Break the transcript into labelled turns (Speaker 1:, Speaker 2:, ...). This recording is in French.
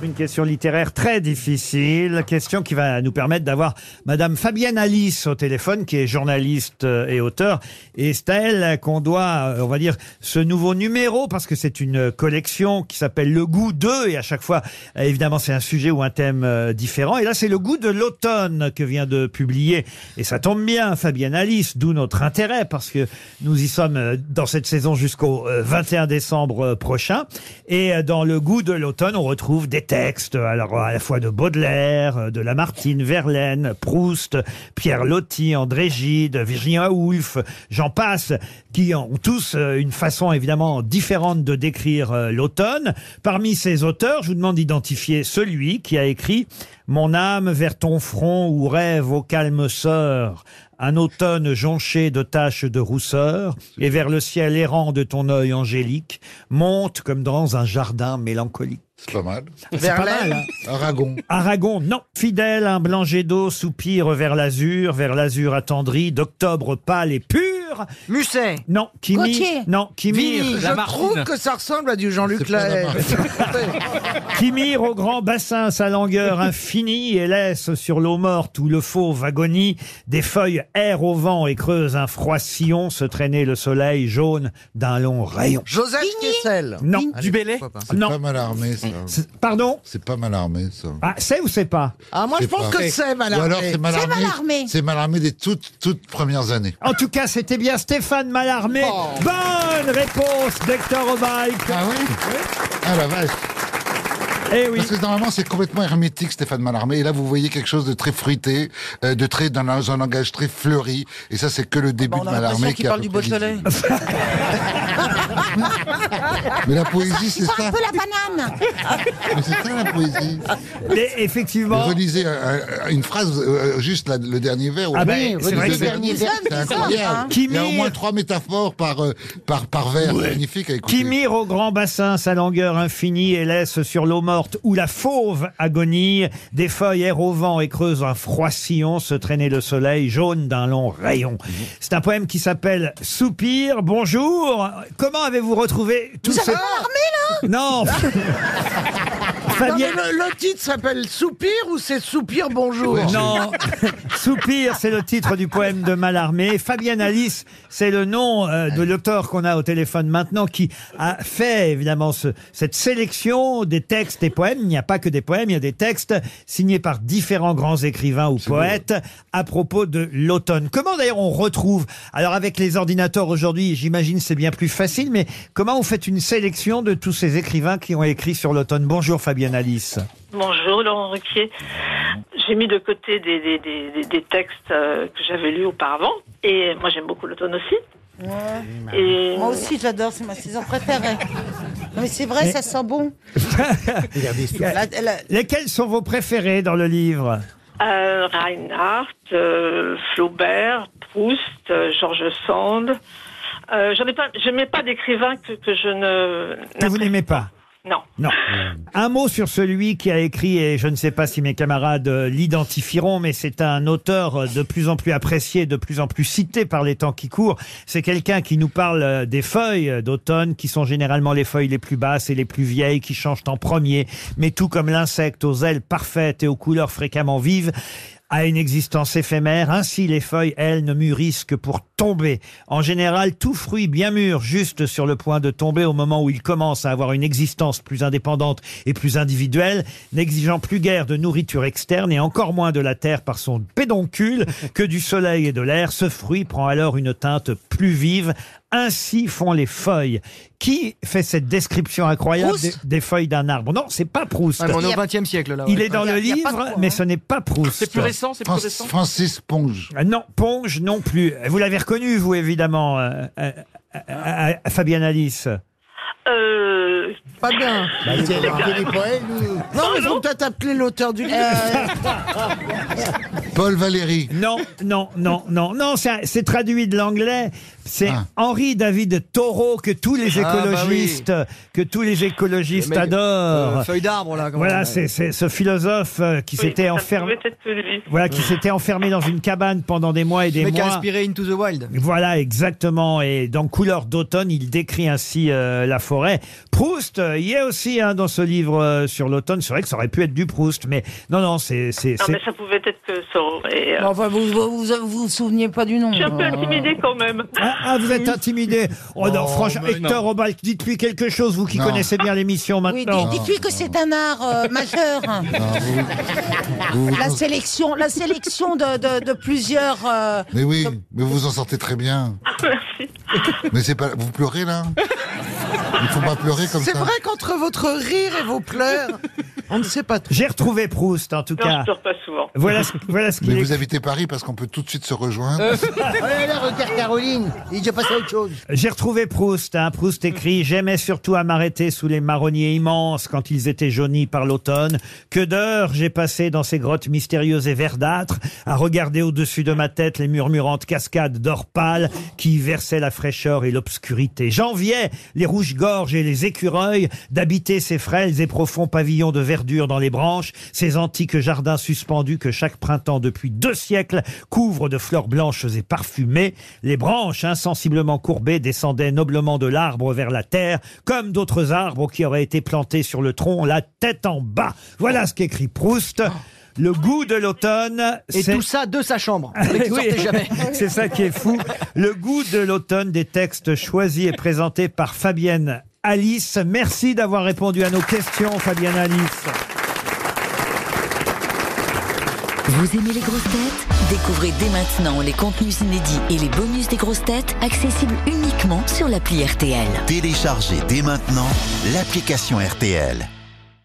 Speaker 1: Une question littéraire très difficile, question qui va nous permettre d'avoir Madame Fabienne Alice au téléphone, qui est journaliste euh, et auteur. Et c'est à elle qu'on doit, euh, on va dire, ce nouveau numéro, parce que c'est une collection qui s'appelle Le goût d'eux, et à chaque fois, euh, évidemment, c'est un sujet ou un thème euh, différent. Et là, c'est Le goût de l'automne que vient de publier. Et ça tombe bien, Fabienne Alice, d'où notre intérêt, parce que nous y sommes euh, dans cette saison jusqu'au euh, 21 décembre euh, prochain. Et euh, dans le goût de l'automne, on retrouve des textes, euh, alors à la fois de Baudelaire, euh, de Lamartine, Verlaine, Proust, Pierre Loti, André Gide, Virginia Woolf, j'en passe, qui ont tous euh, une façon évidemment différente de décrire euh, l'automne. Parmi ces auteurs, je vous demande d'identifier celui qui a écrit Mon âme vers ton front où rêve au calme sœur, un automne jonché de taches de rousseur, et vers le ciel errant de ton œil angélique, monte comme dans un jardin mélancolique.
Speaker 2: C'est pas mal.
Speaker 1: C'est pas mal, hein.
Speaker 2: Aragon.
Speaker 1: Aragon, non. Fidèle, un blanc jet d'eau soupire vers l'azur, vers l'azur attendri, d'octobre pâle et pur.
Speaker 3: Musset.
Speaker 1: Non, Kimi.
Speaker 4: Gautier.
Speaker 1: Non, Kimi.
Speaker 3: Vini, je
Speaker 5: Lamartine.
Speaker 3: trouve que ça ressemble à du Jean-Luc
Speaker 2: C'est pas
Speaker 3: Lahaye.
Speaker 1: qui mire au grand bassin sa langueur infinie et laisse sur l'eau morte où le faux vagonie des feuilles errent au vent et creuse un froid sillon se traîner le soleil jaune d'un long rayon.
Speaker 3: Joseph Kessel.
Speaker 1: Non.
Speaker 3: Du Bélé
Speaker 2: C'est
Speaker 1: Non.
Speaker 2: pas mal armé, ça.
Speaker 1: C'est- Pardon
Speaker 2: C'est pas mal armé, ça.
Speaker 1: ah, c'est ou c'est pas
Speaker 3: Ah, moi, je
Speaker 2: C'est
Speaker 3: pense
Speaker 2: pas-
Speaker 3: que c'est mal
Speaker 2: Ou alors
Speaker 3: armé.
Speaker 2: c'est mal
Speaker 4: C'est
Speaker 2: armé.
Speaker 4: Mallarmé.
Speaker 2: C'est mal armé des toutes, toutes premières années.
Speaker 1: En tout cas, c'était bien Stéphane Mallarmé.
Speaker 3: Oh.
Speaker 1: Bonne réponse d'Hector Obike.
Speaker 2: Ah oui Ah la vache
Speaker 1: Eh oui.
Speaker 2: Parce que normalement c'est complètement hermétique Stéphane Mallarmé et là vous voyez quelque chose de très fruité, euh, de très dans un, dans un langage très fleuri et ça c'est que le début
Speaker 3: Bah, on
Speaker 2: de
Speaker 3: a l'impression
Speaker 2: Mallarmé
Speaker 3: qu'il
Speaker 2: est à
Speaker 3: parle
Speaker 2: peu
Speaker 3: du
Speaker 2: près
Speaker 3: Beaujolais.
Speaker 2: lisible. Mais la poésie c'est
Speaker 4: Il prend
Speaker 2: ça,
Speaker 4: un peu la banane.
Speaker 2: Mais c'est ça la poésie.
Speaker 1: Mais
Speaker 2: Vous
Speaker 1: effectivement.
Speaker 2: Relisez euh, euh, une phrase, euh, juste la- le dernier vers.
Speaker 1: Ah
Speaker 2: ou-
Speaker 1: ben, c'est
Speaker 2: le
Speaker 1: vrai que c'est-
Speaker 2: dernier vers,
Speaker 4: Nous
Speaker 2: c'est
Speaker 4: sommes des hommes, hein.
Speaker 2: incroyable. Il y a au
Speaker 1: Kimir.
Speaker 2: moins trois métaphores par, euh, par, par vers. C'est Magnifique à écouter.
Speaker 1: Qui mire au grand bassin sa langueur infinie et laisse sur l'eau morte où la fauve agonie, des feuilles errent au vent et creuse un froid sillon se traîner le soleil jaune d'un long rayon. C'est un poème qui s'appelle Soupir. Bonjour. Comment avez-vous retrouvé tout
Speaker 4: Vous
Speaker 1: ça
Speaker 4: avez
Speaker 3: Ah,
Speaker 4: l'armée,
Speaker 1: Non.
Speaker 3: Non, mais
Speaker 1: Fabien.
Speaker 3: le, le titre s'appelle Soupir ou c'est Soupir Bonjour
Speaker 1: Non, Soupir, c'est le titre du poème de Mallarmé. Fabienne Alice, c'est le nom euh, de l'auteur qu'on a au téléphone maintenant, qui a fait évidemment ce- cette sélection des textes et poèmes. Il n'y a pas que des poèmes, il y a des textes signés par différents grands écrivains ou poètes à propos de l'automne. Comment d'ailleurs on retrouve Alors avec les ordinateurs aujourd'hui, j'imagine c'est bien plus facile, mais comment on fait une sélection de tous ces écrivains qui ont écrit sur l'automne Bonjour Fabienne Alice.
Speaker 6: Bonjour Laurent Ruquier. J'ai mis de côté des, des, des- des- des textes euh, que j'avais lus auparavant. Et moi j'aime beaucoup l'automne aussi. Et
Speaker 4: Moi aussi, j'adore, c'est ma saison préférée. Non, mais Euh, c'est vrai, ça sent bon.
Speaker 1: Euh,
Speaker 4: La- la-
Speaker 1: Lesquels sont vos préférés dans le livre
Speaker 6: euh, Reinhardt, euh, Flaubert, Proust, euh, Georges Sand. Euh, j'en ai pas, je n'aimais pas d'écrivain que, que je ne.
Speaker 1: que vous
Speaker 6: n'apprécie-
Speaker 1: n'aimez pas.
Speaker 6: Non.
Speaker 1: Non. Un mot sur celui qui a écrit, et je ne sais pas si mes camarades euh, l'identifieront, mais c'est un auteur euh, de plus en plus apprécié, de plus en plus cité par les temps qui courent. C'est quelqu'un qui nous parle euh, des feuilles euh, d'automne, qui sont généralement les feuilles les plus basses et les plus vieilles, qui changent en premier, mais tout comme l'insecte aux ailes parfaites et aux couleurs fréquemment vives, à une existence éphémère. Ainsi, les feuilles, elles, ne mûrissent que pour tomber. En général, tout fruit bien mûr, juste sur le point de tomber au moment où il commence à avoir une existence plus indépendante et plus individuelle, n'exigeant plus guère de nourriture externe et encore moins de la terre par son pédoncule que du soleil et de l'air, ce fruit prend alors une teinte plus vive. Ainsi font les feuilles. Qui fait cette description incroyable des,
Speaker 3: Proust
Speaker 1: des feuilles d'un arbre Non, c'est pas Proust.
Speaker 5: on est au 20 e siècle là.
Speaker 1: Il est dans
Speaker 4: Il y a-
Speaker 1: le
Speaker 4: il y a pas de
Speaker 1: livre,
Speaker 4: quoi,
Speaker 1: mais
Speaker 4: hein.
Speaker 1: ce n'est pas Proust.
Speaker 5: C'est plus récent, c'est plus
Speaker 2: France-
Speaker 5: récent.
Speaker 2: Francis Ponge.
Speaker 1: Ah Non, Ponge non plus. Vous l'avez reconnu, vous, évidemment, euh, euh, euh, euh, euh, Fabienne Alice.
Speaker 6: Euh,
Speaker 3: Pas bien.
Speaker 2: Bah,
Speaker 3: Non, mais faut peut-être appeler l'auteur du livre.
Speaker 2: Paul Valéry.
Speaker 1: Non, non, non, non, non, c'est un- c'est traduit de l'anglais. C'est
Speaker 2: Ah.
Speaker 1: Henri David Thoreau que tous les
Speaker 5: Ah, bah oui.
Speaker 1: écologistes, que tous les écologistes
Speaker 5: Mais, euh,
Speaker 1: adorent.
Speaker 5: feuille d'arbre là. comment on
Speaker 1: Ah, voilà,
Speaker 5: dit.
Speaker 1: c'est c'est ce philosophe euh, qui
Speaker 6: oui,
Speaker 1: s'était
Speaker 6: ça me
Speaker 1: enfermé.
Speaker 6: pouvait être que lui.
Speaker 1: Voilà, qui s'était enfermé dans une cabane pendant des mois et des
Speaker 5: Le mec a
Speaker 1: mois.
Speaker 5: inspiré Into the Wild.
Speaker 1: Voilà, exactement. Et dans Couleur d'automne, il décrit ainsi euh, la forêt. Proust Proust euh, y est aussi hein, dans ce livre euh, sur l'automne. C'est vrai que ça aurait pu être du Proust, mais non, non, c'est. c'est-
Speaker 6: Non,
Speaker 1: c'est-
Speaker 6: mais ça pouvait être que ça aurait. euh,
Speaker 4: Bon, Enfin, vous vous, vous vous souveniez pas du nom. euh,
Speaker 6: Je suis un peu intimidée quand même.
Speaker 1: Ah, ah, vous êtes intimidé. Oh non,
Speaker 2: Non,
Speaker 1: franchement,
Speaker 2: mais
Speaker 1: Hector Obal, dites-lui quelque chose, vous qui
Speaker 2: Non.
Speaker 1: connaissez bien l'émission
Speaker 4: Oui,
Speaker 1: maintenant.
Speaker 4: dites- dites-lui que c'est un art euh, majeur.
Speaker 2: Ah, Vous-
Speaker 4: La sélection, la sélection de, de- de plusieurs. euh,
Speaker 2: Mais oui, mais vous vous en sortez très bien.
Speaker 6: Merci.
Speaker 2: Mais c'est pas. Vous pleurez là Il faut pas pleurer comme ça.
Speaker 3: C'est vrai qu'entre votre rire et vos pleurs, on ne sait pas trop.
Speaker 1: J'ai retrouvé Proust, en tout
Speaker 6: Non, je
Speaker 1: cas.
Speaker 6: pleure pas souvent.
Speaker 1: Voilà ce, voilà ce
Speaker 2: Mais
Speaker 1: qu'il est.
Speaker 2: vous habitez Paris parce qu'on peut tout de suite se rejoindre.
Speaker 3: Allez, là, regarde Caroline, il est déjà passé à autre chose.
Speaker 1: J'ai retrouvé Proust. hein. Proust écrit J'aimais surtout à m'arrêter sous les marronniers immenses quand ils étaient jaunis par l'automne. Que d'heures j'ai passé dans ces grottes mystérieuses et verdâtres à regarder au-dessus de ma tête les murmurantes cascades d'or pâle qui y versaient la fraîcheur et l'obscurité. J'enviais les rouges-gorges et les écureuils d'habiter ces frêles et profonds pavillons de verdure dans les branches, ces antiques jardins suspendus que chaque printemps depuis deux siècles couvre de fleurs blanches et parfumées. Les branches insensiblement courbées descendaient noblement de l'arbre vers la terre, comme d'autres arbres qui auraient été plantés sur le tronc, la tête en bas. Voilà ce qu'écrit Proust. Le goût de l'automne,
Speaker 5: Et
Speaker 1: c'est...
Speaker 5: tout ça de sa chambre. Mais qui
Speaker 1: Oui,
Speaker 5: sortait jamais.
Speaker 1: C'est ça qui est fou. Le goût de l'automne des textes choisis et présentés par Fabienne Alice. Merci d'avoir répondu à nos questions, Fabienne Alice.
Speaker 7: Vous aimez les grosses têtes Découvrez dès maintenant les contenus inédits et les bonus des grosses têtes accessibles uniquement sur l'appli RTL.
Speaker 8: Téléchargez dès maintenant l'application RTL.